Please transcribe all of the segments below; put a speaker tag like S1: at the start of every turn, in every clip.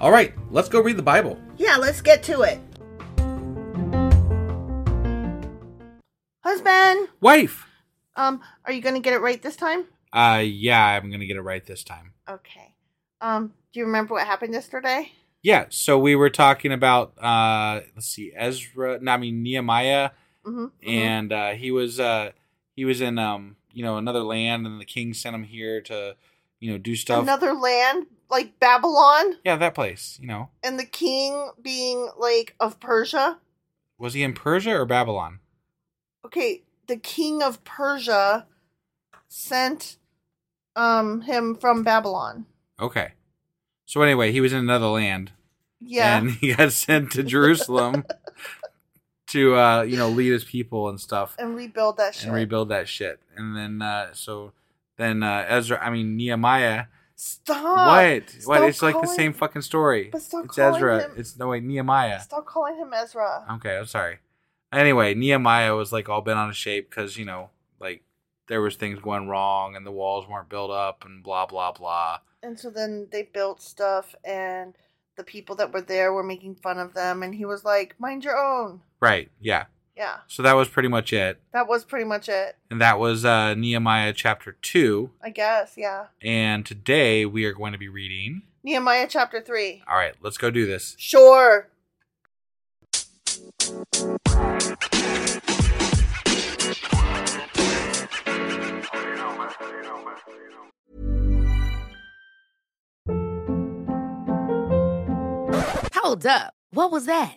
S1: All right, let's go read the Bible.
S2: Yeah, let's get to it. Husband,
S1: Wife!
S2: um, are you gonna get it right this time?
S1: Uh, yeah, I'm going to get it right this time.
S2: Okay. Um, do you remember what happened yesterday?
S1: Yeah, so we were talking about, uh, let's see, Ezra, no, I mean, Nehemiah,
S2: Mm-hmm.
S1: and uh, he was uh, he was in um, you know another land, and the king sent him here to you know do stuff.
S2: another land like Babylon,
S1: yeah, that place. You know,
S2: and the king being like of Persia.
S1: was he in Persia or Babylon?
S2: Okay, the king of Persia sent um him from Babylon.
S1: Okay, so anyway, he was in another land,
S2: Yeah.
S1: and he got sent to Jerusalem to uh, you know lead his people and stuff
S2: and rebuild that shit.
S1: and rebuild that shit, and then uh, so then uh, Ezra, I mean Nehemiah.
S2: Stop.
S1: What? What?
S2: Stop
S1: It's like the
S2: calling-
S1: same fucking story.
S2: But stop
S1: it's
S2: calling
S1: Ezra.
S2: him-
S1: It's no wait, Nehemiah.
S2: Stop calling him Ezra.
S1: Okay, I'm sorry. Anyway, Nehemiah was like all bent out of shape because you know, like there was things going wrong and the walls weren't built up and blah blah blah.
S2: And so then they built stuff, and the people that were there were making fun of them, and he was like, "Mind your own."
S1: Right? Yeah.
S2: Yeah,
S1: So that was pretty much it,
S2: that was pretty much it,
S1: and that was uh, Nehemiah chapter two.
S2: I guess. Yeah,
S1: And today we are going to be reading.
S2: Nehemiah chapter three.
S1: All right, let's go do this.
S2: Sure.
S3: Hold up. What was that?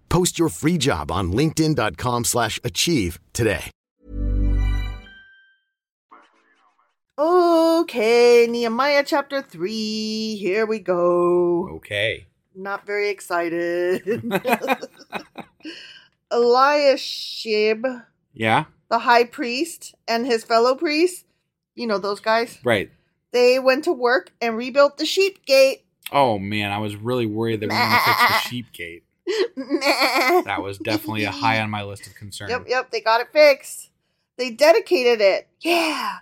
S4: Post your free job on linkedin.com/achieve slash achieve today.
S2: Okay, Nehemiah chapter 3. Here we
S1: Oh.
S2: go.
S1: Okay.
S2: Not very excited. Eliashib,
S1: Yeah.
S2: the high priest, and his fellow priests, you know those guys,
S1: Right.
S2: they went to work and rebuilt the sheep gate.
S1: Oh man, I was really worried they were going to fix the sheep gate. That was definitely a high on my list of concern.
S2: Yep, yep, they got it fixed. They dedicated it. Yeah.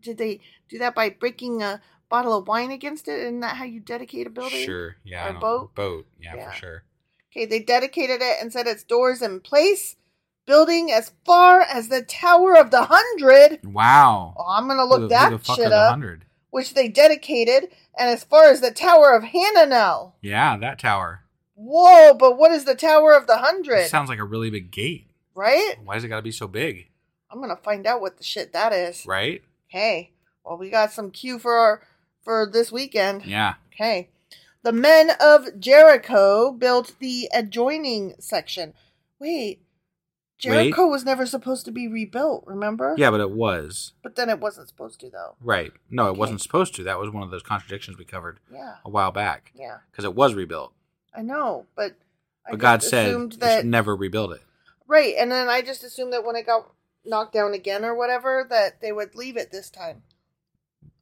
S2: Did they do that by breaking a bottle of wine against it? Isn't that how you dedicate a building?
S1: Sure. Yeah.
S2: Or
S1: I don't-
S2: boat?
S1: Boat. Yeah,
S2: Yeah.
S1: for sure.
S2: Okay, they dedicated it and set its doors in place, building as far as the Tower of the Hundred.
S1: Wow.
S2: Oh, I'm gonna
S1: Who
S2: look
S1: the- who
S2: that
S1: the fuck are
S2: shit
S1: the
S2: up.
S1: 100?
S2: Which they dedicated, and as far as the Tower of Hananel.
S1: Yeah, that tower.
S2: Whoa, but what is the Tower of the Hundred?
S1: It sounds like a really big gate.
S2: right?
S1: Why does it got to be so big?
S2: I'm gonna find out what the shit that is.
S1: Right?
S2: Okay. Well, we got some cue for our, for this weekend.
S1: Yeah.
S2: Okay. The men of Jericho built the adjoining section. Wait. Jericho was never supposed to be rebuilt, remember?
S1: Yeah, but it was.
S2: But then it wasn't supposed to, though.
S1: Right. No, it
S2: Okay.
S1: wasn't supposed to. That was one of those contradictions we covered
S2: Yeah.
S1: a while back
S2: Yeah.
S1: because it was rebuilt.
S2: I know, but I
S1: But God
S2: just
S1: said,
S2: assumed
S1: "You
S2: that
S1: should never rebuild it.
S2: right, and then I just assumed that when it got knocked down again or whatever, that they would leave it this time.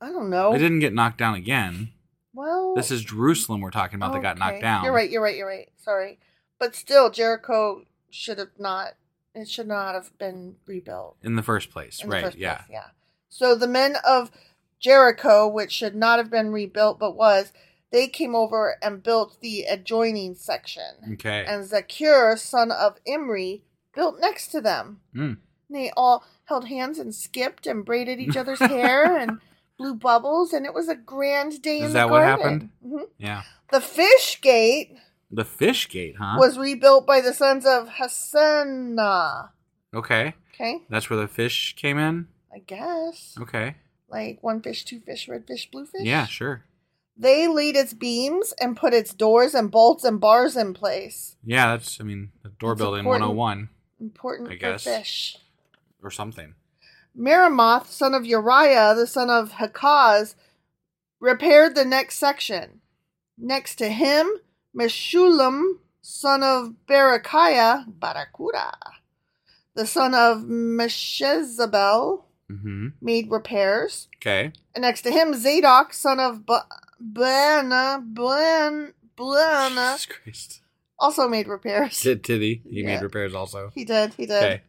S2: I don't know.
S1: It didn't get knocked down again.
S2: Well,
S1: This is Jerusalem we're talking about that got knocked
S2: okay.
S1: down.
S2: You're right. You're right. You're right. Sorry, but still, Jericho should have not. It should not have been rebuilt.
S1: In the first place.
S2: in the
S1: right.
S2: first
S1: yeah.
S2: place, yeah. So the men of Jericho, which should not have been rebuilt but was, they came over and built the adjoining section.
S1: Okay.
S2: And Zacchaeus, son of Imri, built next to them.
S1: Mm.
S2: And they all held hands and skipped and braided each other's hair and blew bubbles, and it was a grand day
S1: Is
S2: in
S1: that
S2: the
S1: what
S2: garden. Mhm.
S1: Yeah.
S2: The fish gate
S1: The fish gate, huh?
S2: was rebuilt by the sons of Hassanah.
S1: okay.
S2: Okay,
S1: That's where the fish came in.
S2: I guess.
S1: Okay.
S2: like one fish, two fish, red fish, blue fish.
S1: Yeah, sure.
S2: They laid its beams and put its doors and bolts and bars in place.
S1: Yeah, that's, I mean, the door
S2: That's
S1: building
S2: important.
S1: 101
S2: Important
S1: I
S2: for
S1: guess.
S2: fish.
S1: or something.
S2: Merimoth, son of Uriah, the son of Hakaz, repaired the next section. Next to him, Meshulam, son of Barakiah, Barakuda, the son of Meshezabel,
S1: hmm.
S2: made repairs.
S1: Okay.
S2: And next to him, Zadok, son of Ba- Bana, Blan, Blana,
S1: Jesus Christ.
S2: also made repairs.
S1: Did Titty. He
S2: Yeah.
S1: made repairs also.
S2: He did, he did.
S1: Okay.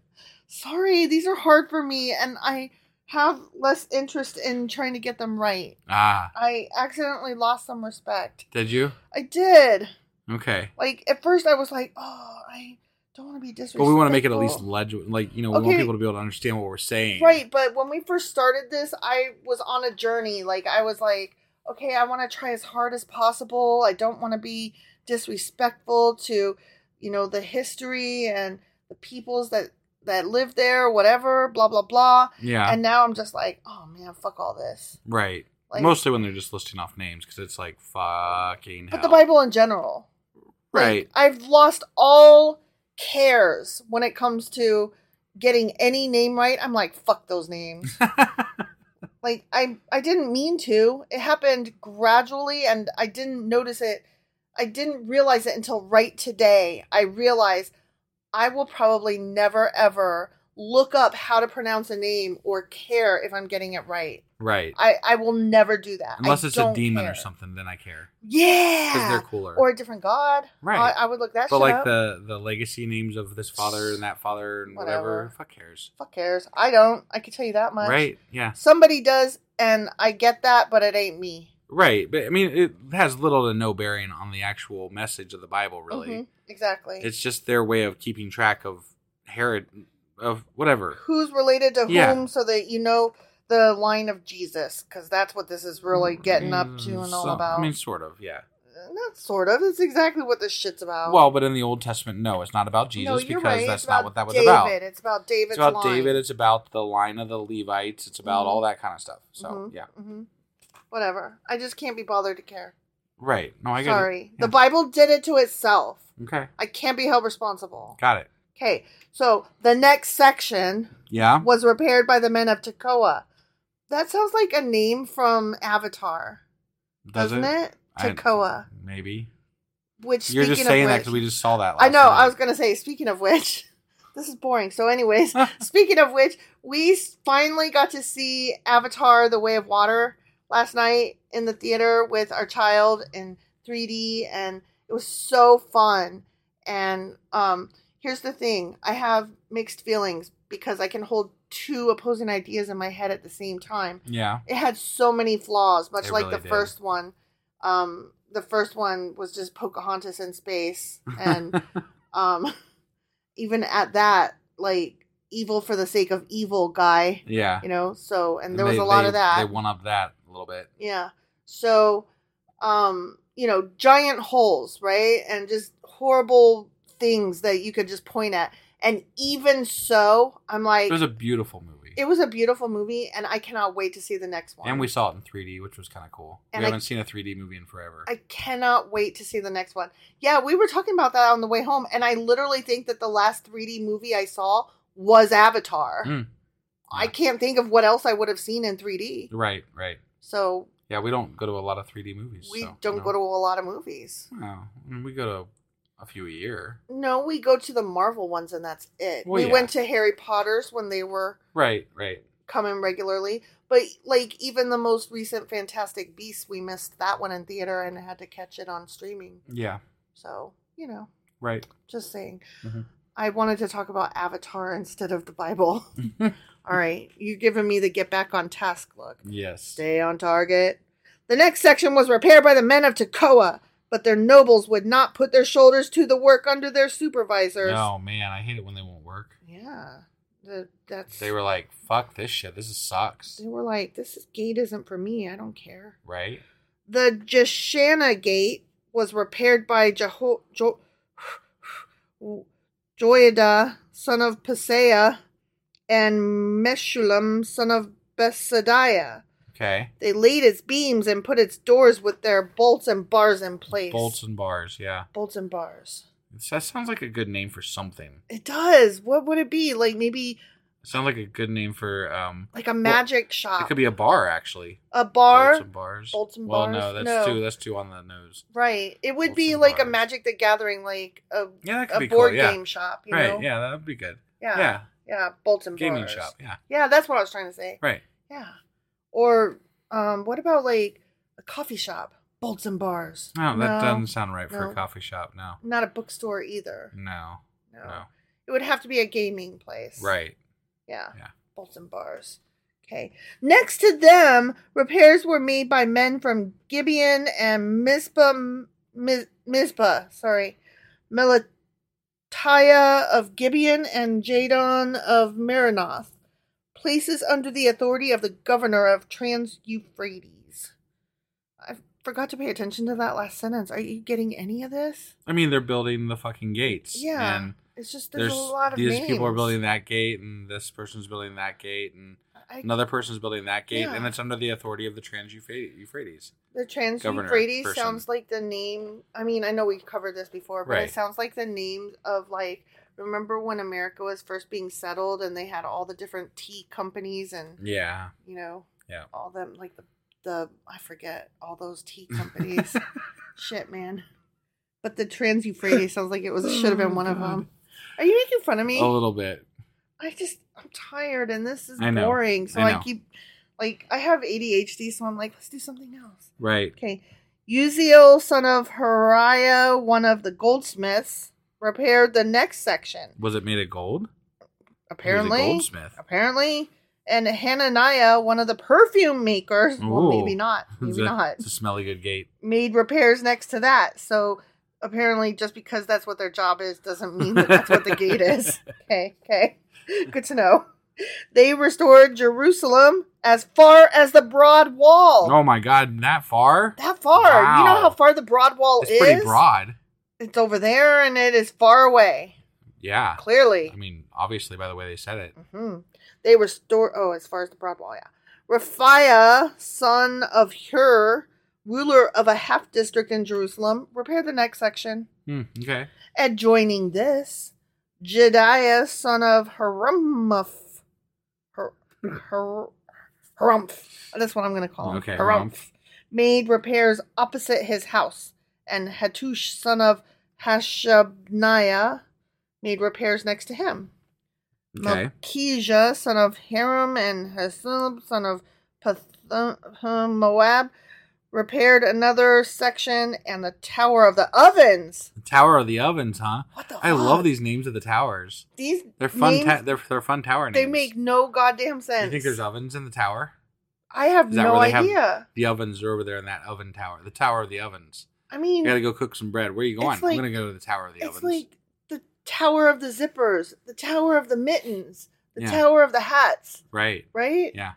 S2: Sorry, these are hard for me, and I have less interest in trying to get them right.
S1: Ah.
S2: I accidentally lost some respect.
S1: Did you?
S2: I did.
S1: Okay.
S2: Like, at first, I was like, oh, I don't want to be disrespectful.
S1: But we want to make it at least legible. Like, you know, we
S2: Okay.
S1: want people to be able to understand what we're saying.
S2: Right, but when we first started this, I was on a journey. Like I was like, okay, I want to try as hard as possible. I don't want to be disrespectful to, you know, the history and the peoples that that live there, whatever, blah blah blah.
S1: Yeah.
S2: And now I'm just like, oh man, fuck all this.
S1: right.
S2: Like-
S1: Mostly when they're just listing off names because it's like fucking
S2: But
S1: hell.
S2: the Bible in general. Like,
S1: Right.
S2: I've lost all cares when it comes to getting any name right. I'm like, fuck those names. like I I didn't mean to. It happened gradually and I didn't notice it. I didn't realize it until right today. I realized I will probably never ever look up how to pronounce a name or care if I'm getting it right.
S1: Right.
S2: I, I will never do that. I
S1: Unless it's a
S2: don't
S1: demon or
S2: care.
S1: something, then I care.
S2: Yeah.
S1: 'Cause they're cooler.
S2: Or a different god.
S1: Right.
S2: I, I would look that
S1: but
S2: shit
S1: like
S2: up.
S1: the the legacy names of this father and that father and whatever,
S2: Whatever.
S1: fuck cares.
S2: Fuck cares. I don't. I can tell you that much.
S1: Right? Yeah.
S2: Somebody does, and I get that, but it ain't me.
S1: Right. But I mean, it has little to no bearing on the actual message of the Bible, really.
S2: Mhm, Exactly.
S1: It's just their way of keeping track of Herod, of whatever.
S2: who's related to
S1: Yeah.
S2: whom so that you know the line of Jesus because that's what this is really getting up to and all
S1: So-
S2: about.
S1: Mm, I
S2: Uh,
S1: mean, sort of, yeah.
S2: Not sort of. It's exactly what this shit's about.
S1: Well, but in the Old Testament, no, it's not about Jesus
S2: you're
S1: because
S2: right.
S1: that's
S2: It's
S1: not
S2: about
S1: what that was
S2: David.
S1: about.
S2: It's about David's
S1: It's about
S2: line. Mm-hmm.
S1: David. It's about the line of the Levites. It's about all that kind of stuff. So
S2: Mhm,
S1: yeah,
S2: mhm. Whatever. I just can't be bothered to care.
S1: right. No, I got
S2: Sorry.
S1: it. Yeah.
S2: The Bible did it to itself.
S1: Okay,
S2: I can't be held responsible.
S1: got it.
S2: Okay. So the next section
S1: Yeah.
S2: was repaired by the men of Tekoa. That sounds like a name from Avatar,
S1: Does
S2: doesn't it?
S1: I-
S2: Tekoa.
S1: Maybe.
S2: Which
S1: You're
S2: speaking
S1: just
S2: of
S1: saying that
S2: which,
S1: because we just saw that. Last
S2: I know.
S1: night.
S2: I was gonna say. Speaking of which, this is boring. So, anyways, speaking of which, we s- finally got to see Avatar: The Way of Water last night in the theater with our child in 3D, and it was so fun. And um, here's the thing: I have mixed feelings because I can hold two opposing ideas in my head at the same time
S1: Yeah.
S2: it had so many flaws, much
S1: It
S2: like
S1: really
S2: the
S1: did.
S2: first one. Um, the first one was just Pocahontas in space, and um, even at that, like evil for the sake of evil guy,
S1: Yeah.
S2: you know. So, and there was
S1: they-
S2: a lot
S1: they-
S2: of that.
S1: They won up that a little bit.
S2: Yeah. So, um, you know, giant holes, right? And just horrible things that you could just point at. And even so, I'm like,
S1: It was a beautiful movie,
S2: beautiful movie, and I cannot wait to see the next one.
S1: and we saw it in 3D, which was kind of cool.
S2: And
S1: we
S2: I-
S1: haven't seen a 3D movie in forever.
S2: I cannot wait to see the next one. Yeah, we were talking about that on the way home, and I literally think that the last 3D movie I saw was Avatar.
S1: Mm.
S2: I can't think of what else I would have seen in 3D.
S1: Right. Right.
S2: So
S1: Yeah, we don't go to a lot of 3D movies.
S2: we
S1: so,
S2: don't
S1: no.
S2: go to a lot of movies.
S1: No, I mean, we go to a few a year.
S2: No, we go to the Marvel ones, and that's it.
S1: Well,
S2: we
S1: yeah.
S2: went to Harry Potter's when they were
S1: Right. Right.
S2: coming regularly. But like even the most recent Fantastic Beasts, we missed that one in theater and had to catch it on streaming.
S1: Yeah.
S2: So you know.
S1: Right.
S2: Just saying.
S1: Mhm.
S2: I wanted to talk about Avatar instead of the Bible. All right. You've given me the get back on task look.
S1: Yes.
S2: Stay on target. The next section was repaired by the men of Tekoa, but their nobles would not put their shoulders to the work under their supervisors.
S1: Oh man, I hate it when they won't work.
S2: Yeah. The, that's
S1: They were like, "Fuck this shit. This is sucks."
S2: they were like, this is, gate isn't for me. I don't care.
S1: Right?
S2: The Jeshana Gate was repaired by Jeho- jo- Joiada, son of Paseah, and Meshulam, son of Besadiah.
S1: Okay.
S2: They laid its beams and put its doors with their bolts and bars in place.
S1: Bolts and bars. Yeah.
S2: Bolts and bars.
S1: It's- That sounds like a good name for something.
S2: It does. What would it be? Like maybe
S1: It sounds like a good name for um.
S2: like a magic
S1: well,
S2: shop.
S1: It could be a bar actually.
S2: a Ah. bar.
S1: Bolts and bars.
S2: Bolts and
S1: well,
S2: bars?
S1: no, that's
S2: No.
S1: too. That's too on the nose.
S2: Right. It would
S1: Bolts
S2: be
S1: and
S2: like a
S1: bars.
S2: Magic the Gathering, like a,
S1: Yeah, that could
S2: a
S1: be cool,
S2: board
S1: yeah.
S2: game shop. You
S1: Right?
S2: know?
S1: Yeah, that would be good.
S2: Yeah.
S1: Yeah.
S2: Yeah, bolts and
S1: Gaming
S2: bars.
S1: shop. Yeah.
S2: Yeah, that's what I was trying to say.
S1: Right.
S2: Yeah. Or um what about like a coffee shop? Bolts and bars.
S1: No, Oh, that doesn't sound right for
S2: no.
S1: a coffee shop. No.
S2: Not a bookstore either.
S1: No.
S2: No.
S1: No.
S2: It would have to be a gaming place.
S1: Right.
S2: Yeah.
S1: Yeah.
S2: Bolts and bars. Okay. Next to them, repairs were made by men from Gibeon and Mizpah, Miz, Mizpah, sorry, Melatiah of Gibeon and Jadon of Maranoth, places under the authority of the governor of Trans Euphrates. I forgot to pay attention to that last sentence. Are you getting any of this?
S1: I mean, they're building the fucking gates.
S2: Yeah.
S1: And
S2: it's just
S1: there's,
S2: there's, a lot of
S1: these
S2: names.
S1: people are building that gate, and this person's building that gate, and
S2: I-
S1: another person's building that gate,
S2: Yeah.
S1: and it's under the authority of the Trans Euphra- Euphrates.
S2: The trans
S1: governor
S2: Euphrates
S1: person.
S2: sounds like the name. I mean, I know we covered this before, but
S1: Right.
S2: it sounds like the names of like. Remember when America was first being settled and they had all the different tea companies and
S1: Yeah,
S2: you know
S1: yeah.
S2: all them like the the I forget all those tea companies. Shit, man.
S1: Oh,
S2: But the Trans Euphrates sounds like it was should have been one of them. Are you making fun of me?
S1: A little bit.
S2: I just I'm tired and this is
S1: Oh. I know.
S2: boring. So
S1: I
S2: I,
S1: know.
S2: keep like I have ADHD, so I'm like, let's do something else.
S1: Right.
S2: Okay. Uziel, son of Hariah, one of the goldsmiths, repaired the next section.
S1: Was it made of gold?
S2: Apparently.
S1: goldsmith.
S2: Apparently. And Hananiah, one of the perfume makers, well,
S1: Ooh.
S2: maybe not,
S1: It's
S2: maybe
S1: a-
S2: not,
S1: It's a smelly good gate.
S2: made repairs next to that. So apparently, just because that's what their job is, doesn't mean that that's what the gate is. Okay, okay, good to know. They restored Jerusalem as far as the broad wall.
S1: Oh my god, that far?
S2: That far. You know
S1: Wow.
S2: how far the broad wall
S1: it's
S2: is?
S1: pretty broad.
S2: It's over there and it is far away.
S1: Yeah.
S2: Clearly.
S1: I mean, obviously by the way they said it.
S2: hmm They restore. Oh, as far as the broad wall, yeah. Raphiah, son of Hur, ruler of a half district in Jerusalem, repaired the next section.
S1: Hmm, okay.
S2: Adjoining this, Jediah, son of Harumph. Har- Har- Harumph. That's what I'm going to call him.
S1: Okay,
S2: Harumph.
S1: Harumph.
S2: Made repairs opposite his house. And Hattush, son of Hashabniah, made repairs next to him.
S1: Okay.
S2: Malkijah, son of Haram, and Hasulb, son of Pathum Moab, repaired another section and the Tower of the Ovens.
S1: The Tower of the Ovens, huh?
S2: What the
S1: I
S2: fuck?
S1: love these names of the towers.
S2: These
S1: They're fun
S2: names,
S1: ta- they're, they're fun tower names.
S2: they make no goddamn sense.
S1: You think there's ovens in the tower?
S2: I have
S1: Is that
S2: no
S1: where they
S2: idea.
S1: have the ovens are over there in that oven tower? The Tower of the Ovens.
S2: I mean,
S1: You gotta go cook some bread. Where are you going?
S2: It's like-
S1: I'm gonna go to the Tower of the
S2: it's
S1: Ovens.
S2: like the Tower of the Zippers, the Tower of the Mittens, the
S1: Yeah.
S2: Tower of the Hats,
S1: right.
S2: right?
S1: Yeah.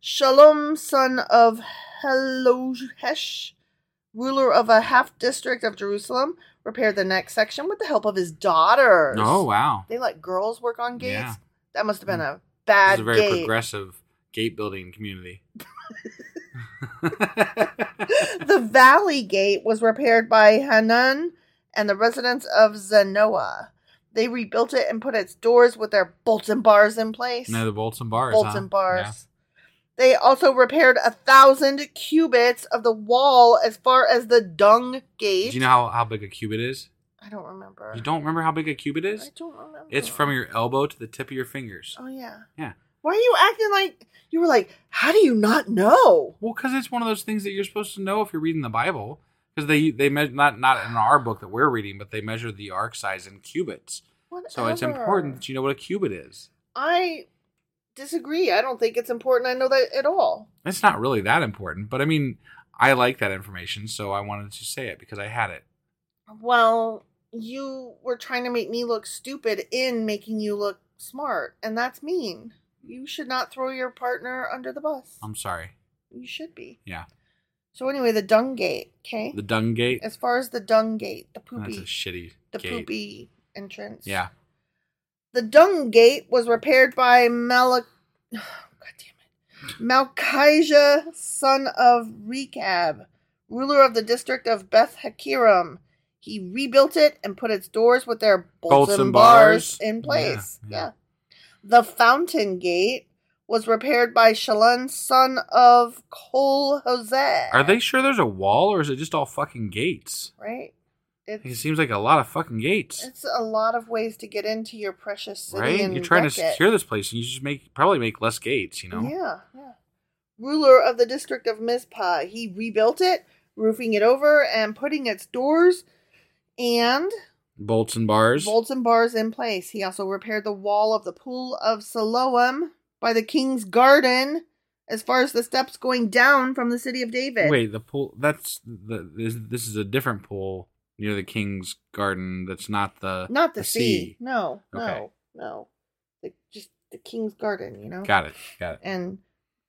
S2: Shalom, son of Helohesh, ruler of a half district of Jerusalem, repaired the next section with the help of his daughters.
S1: Oh wow.
S2: They let girls work on gates?
S1: Yeah.
S2: That must have been a
S1: This
S2: bad
S1: is a very
S2: gate.
S1: progressive gate building community.
S2: the Valley Gate was repaired by Hanun and the residents of Zanoa. They rebuilt it and put its doors with their bolts and bars in place.
S1: no, the bolts and bars.
S2: bolts
S1: huh?
S2: and bars. They also repaired a thousand cubits of the wall as far as the Dung
S1: Yeah.
S2: Gate.
S1: Do you know how, how big a cubit is?
S2: I don't remember.
S1: You don't remember how big a cubit
S2: I
S1: is?
S2: don't remember.
S1: It's from your elbow to the tip of your fingers.
S2: Oh yeah.
S1: Yeah.
S2: Why are you acting like you were like? How do you not know?
S1: Well, because it's one of those things that you're supposed to know if you're reading the Bible. Because they they me- not not in our book that we're reading, but they measure the arc size in cubits. So it's
S2: Whatever.
S1: important that you know what a cubit is.
S2: I disagree. I don't think it's important. I know that at all.
S1: It's not really that important, but I mean, I like that information, so I wanted to say it because I had it.
S2: Well, you were trying to make me look stupid in making you look smart, and that's mean. You should not throw your partner under the bus.
S1: I'm sorry.
S2: you should be.
S1: Yeah,
S2: So anyway, the dung gate. Okay.
S1: the dung gate.
S2: As far as the dung gate, the
S1: That's a
S2: poopy,
S1: shitty
S2: the
S1: gate.
S2: poopy entrance.
S1: Yeah.
S2: The dung gate was repaired by Malak. God damn it. Malchijah, son of Rechab, ruler of the district of Beth Hakiram. He rebuilt it and put its doors with their bolts,
S1: Bolts
S2: and
S1: and
S2: bars,
S1: bars.
S2: in place.
S1: Yeah, yeah.
S2: yeah. The fountain gate was repaired by Shalon, son of Kol Hosea.
S1: Are they sure there's a wall or is it just all fucking gates?
S2: right?
S1: It
S2: It's
S1: seems like a lot of fucking gates.
S2: it's a lot of ways to get into your precious city.
S1: Right?
S2: and
S1: You're trying to
S2: wreck it.
S1: secure this place and you just make probably make less gates, you know?
S2: Yeah, yeah. Ruler of the district of Mizpah, he rebuilt it, roofing it over and putting its doors and
S1: Bolts and bars.
S2: bolts and bars in place. He also repaired the wall of the pool of Siloam by the king's garden, as far as the steps going down from the city of David.
S1: Wait, the pool that's the this, this is a different pool near the king's garden that's not the
S2: not the, sea. No, no,
S1: Okay.
S2: no. The, just the king's garden, you know.
S1: Got it. Got it.
S2: And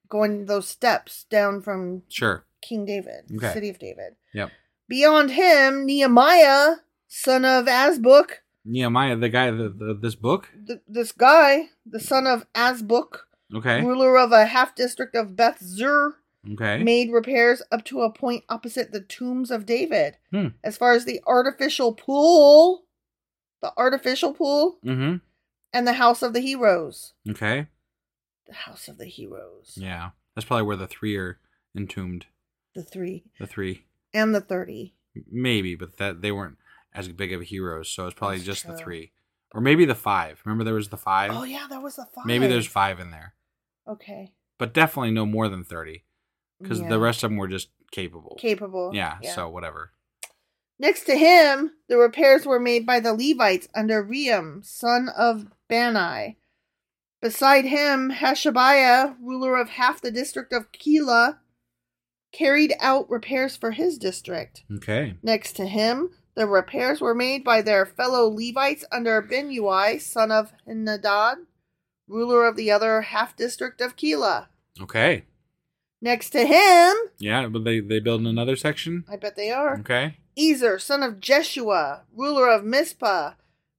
S2: going those steps down from
S1: Sure.
S2: King David,
S1: Okay.
S2: city of David.
S1: Yep.
S2: Beyond him, Nehemiah, son of Azbuk,
S1: Nehemiah, the guy the, the this book?
S2: th- this guy, the son of Azbuk,
S1: Okay.
S2: ruler of a half district of Beth Zur,
S1: Okay.
S2: made repairs up to a point opposite the tombs of David.
S1: Hmm.
S2: As far as the artificial pool, the artificial pool,
S1: Mm-hmm.
S2: and the house of the heroes.
S1: Okay.
S2: The house of the heroes.
S1: Yeah. That's probably where the three are entombed.
S2: The three
S1: The three.
S2: and the 30.
S1: maybe, but that they weren't as big of heroes, so it's probably
S2: That's
S1: just the
S2: true.
S1: three or maybe the five. Remember there was the five.
S2: Oh yeah, there was a five.
S1: Maybe there's five in there,
S2: Okay.
S1: but definitely no more than thirty because
S2: Yeah.
S1: the rest of them were just capable.
S2: capable.
S1: Yeah, So whatever.
S2: Next to him, the repairs were made by the Levites under Ream, son of Bani. Beside him, Hashabiah, ruler of half the district of Keilah, carried out repairs for his district.
S1: Okay.
S2: Next to him, the repairs were made by their fellow Levites under Benui, son of Henadad, ruler of the other half district of Keilah.
S1: Okay.
S2: Next to him,
S1: Yeah, but they they build another section.
S2: I bet they are.
S1: Okay.
S2: Ezer, son of Jeshua, ruler of Mizpah,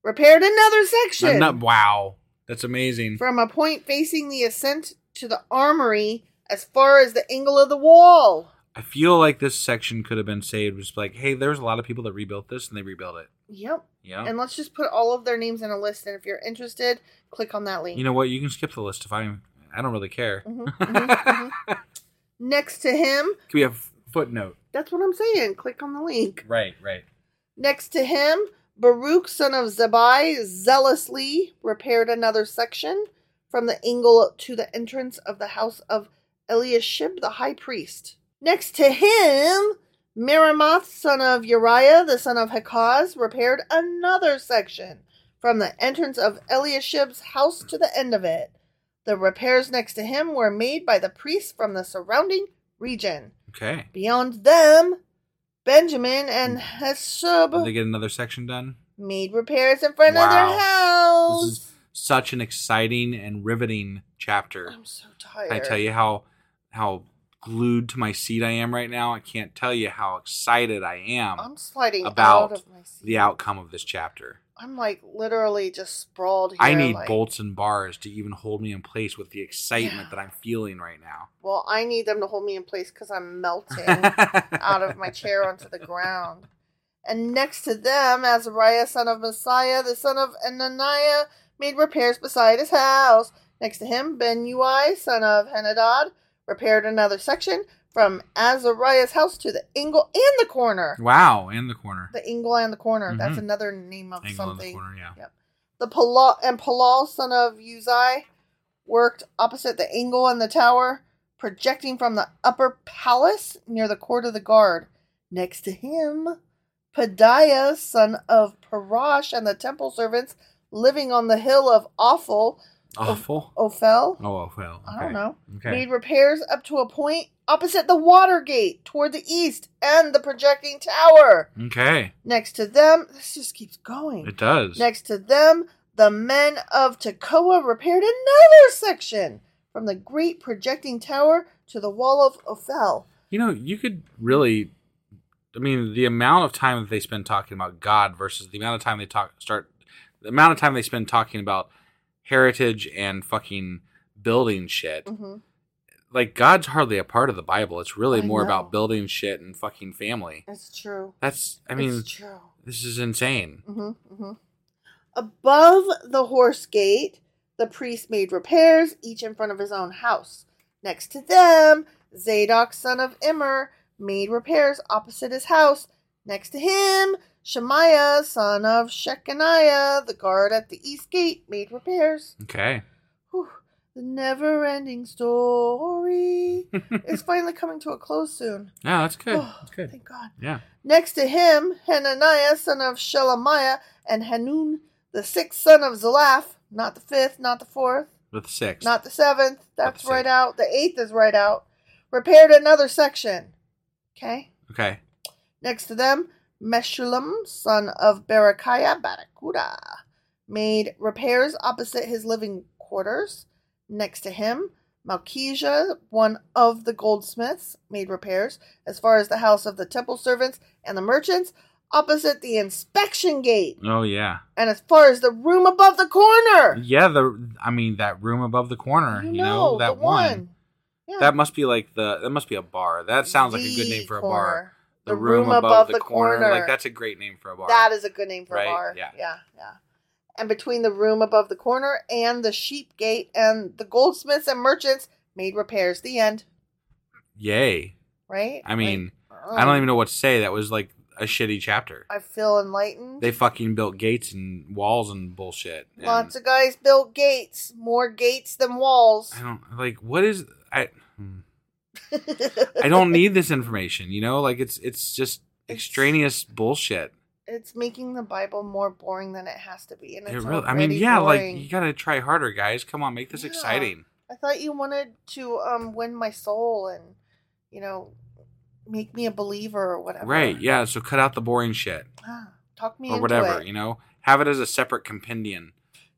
S2: repaired another section
S1: Not, not- wow. That's amazing.
S2: from a point facing the ascent to the armory as far as the angle of the wall.
S1: I feel like this section could have been saved. Just like, hey, there's a lot of people that rebuilt this and they rebuilt it.
S2: Yep.
S1: Yeah.
S2: And let's just put all of their names in a list. And if you're interested, click on that link.
S1: You know what? You can skip the list if I'm. I don't really care.
S2: Mhm, mhm, mhm. Next to him,
S1: Could be a f- footnote.
S2: that's what I'm saying. Click on the link.
S1: Right. Right.
S2: Next to him, Baruch, son of Zebai, zealously repaired another section from the angle to the entrance of the house of Eliashib, the high priest. Next to him, Merimoth, son of Uriah, the son of Hakaz, repaired another section from the entrance of Eliashib's house to the end of it. The repairs next to him were made by the priests from the surrounding region.
S1: Okay.
S2: Beyond them, Benjamin and Hesub
S1: Did they get another section done?
S2: made repairs in front of their house.
S1: This is such an exciting and riveting chapter.
S2: I'm so tired.
S1: I tell you how how glued to my seat I am right now. I can't tell you how excited I am
S2: I'm sliding
S1: um, about
S2: out of my seat.
S1: the outcome of this chapter.
S2: I'm like literally just sprawled here.
S1: I need
S2: like,
S1: bolts and bars to even hold me in place with the excitement that I'm feeling right now.
S2: Well, I need them to hold me in place because I'm melting out
S1: Out
S2: of my chair onto the ground. And next to them, Azariah, son of Messiah, the son of Ananiah, made repairs beside his house. Next to him, Ben Ui, son of Henadad, repaired another section from Azariah's house to the angle and the corner.
S1: Wow, and the corner.
S2: The angle and the corner. That's
S1: Mhm.
S2: another name of
S1: Angle in the
S2: something.
S1: corner, yeah.
S2: Yep. The Palal and Palal, son of Uzai, worked opposite the angle and the tower, projecting from the upper palace near the court of the guard. Next to him, Padiah, son of Parash, and the temple servants living on the hill of Awful,
S1: Awful.
S2: Ophel.
S1: Oh well.
S2: I don't know.
S1: Okay.
S2: Made repairs up to a point opposite the water gate toward the east and the projecting tower.
S1: Okay.
S2: Next to them, this just keeps going.
S1: It does.
S2: Next to them, the men of Tekoa repaired another section from the great projecting tower to the wall of Ophel.
S1: You know, you could really. I mean, the amount of time that they spend talking about God versus the amount of time they talk start, the amount of time they spend talking about heritage and fucking building shit.
S2: Mhm.
S1: Like God's hardly a part of the Bible. It's really
S2: I
S1: more
S2: know.
S1: about building shit and fucking family.
S2: It's true.
S1: That's. I mean,
S2: it's true.
S1: this is insane.
S2: hmm hmm Above the horse gate, the priest made repairs, each in front of his own house. Next to them, Zadok, son of Immer, made repairs opposite his house. Next to him, Shemaiah, son of Shechaniah, the guard at the east gate, made repairs.
S1: Okay.
S2: Whew, the never ending story is finally coming to a close soon.
S1: Yeah, that's good.
S2: Oh,
S1: That's good.
S2: Thank God.
S1: Yeah.
S2: Next to him, Hananiah, son of Shelemiah, and Hanun, the sixth son of Zalaph, not the fifth, not the fourth,
S1: With six.
S2: not the seventh,
S1: Not
S2: that's
S1: the
S2: right
S1: sixth.
S2: out, the eighth is right out, repaired another section. Okay.
S1: okay.
S2: Next to them, Meshullam, son of Barakiah, Barakuda, made repairs opposite his living quarters. Next to him, Malkijah, one of the goldsmiths, made repairs as far as the house of the temple servants and the merchants, opposite the inspection gate,
S1: Oh yeah.
S2: and as far as the room above the corner.
S1: Yeah. The. I mean, that room above the corner. You, know, that
S2: the
S1: one.
S2: Yeah.
S1: That must be like the that must be a bar. That sounds like a good
S2: The
S1: name for a
S2: corner.
S1: bar. The, room, above, the, corner. like that's a great name for a bar.
S2: That is a good name for
S1: Right,
S2: a bar.
S1: yeah.
S2: yeah, yeah. And between the room above the corner and the sheep gate, and the goldsmiths and merchants made repairs. The end.
S1: yay.
S2: Right.
S1: I mean,
S2: Like,
S1: I don't even know what to say. That was like a shitty chapter.
S2: um, I feel enlightened.
S1: They fucking built gates and walls and bullshit. and-
S2: Lots of guys built gates, more gates than walls.
S1: I don't like what is I. hmm. I don't need this information, you know. Like it's it's just extraneous bullshit.
S2: It's making the Bible more boring than it has to be, and
S1: It
S2: it's
S1: really,
S2: already
S1: I mean, yeah,
S2: boring.
S1: like you gotta try harder, guys. Come on, make this
S2: Yeah.
S1: exciting.
S2: I thought you wanted to um win my soul and you know make me a believer or whatever.
S1: Right? Yeah. So cut out the boring shit
S2: Ah, talk me
S1: or
S2: into
S1: whatever,
S2: it.
S1: you know. Have it as a separate compendium.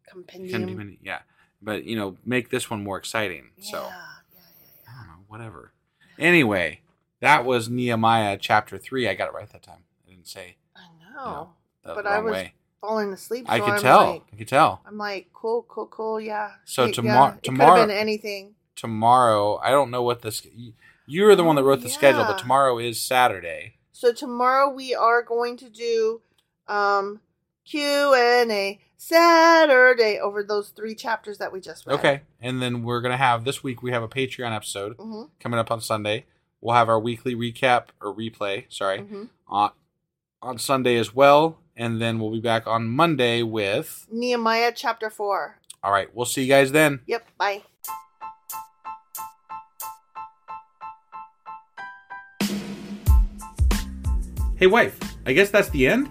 S2: Compendium.
S1: compendium. Yeah, but you know, make this one more exciting.
S2: Yeah,
S1: So
S2: yeah, yeah,
S1: I don't know, whatever. Anyway, that was Nehemiah chapter three. I got it right that time. I didn't say
S2: yeah. I
S1: you
S2: know,
S1: know, the
S2: but
S1: wrong
S2: I was
S1: way.
S2: falling asleep.
S1: I
S2: so
S1: could
S2: I'm
S1: tell.
S2: Like,
S1: I could tell.
S2: I'm like, cool, cool, cool. Yeah.
S1: So
S2: It-
S1: tomorrow-
S2: yeah, it
S1: tomorrow-
S2: could have been anything.
S1: tomorrow. I don't know what this. You're the one that wrote the schedule,
S2: Yeah.
S1: but tomorrow is Saturday.
S2: So tomorrow we are going to do um Q and A Saturday over those three chapters that we just read.
S1: Okay, and then we're gonna have this week. We have a Patreon episode
S2: hmm
S1: coming up on Sunday. We'll have our weekly recap or replay. Sorry,
S2: hmm
S1: on on Sunday as well, and then we'll be back on Monday with.
S2: Nehemiah chapter four.
S1: All right, we'll see you guys then.
S2: Yep. Bye.
S1: Hey, wife. I guess that's the end.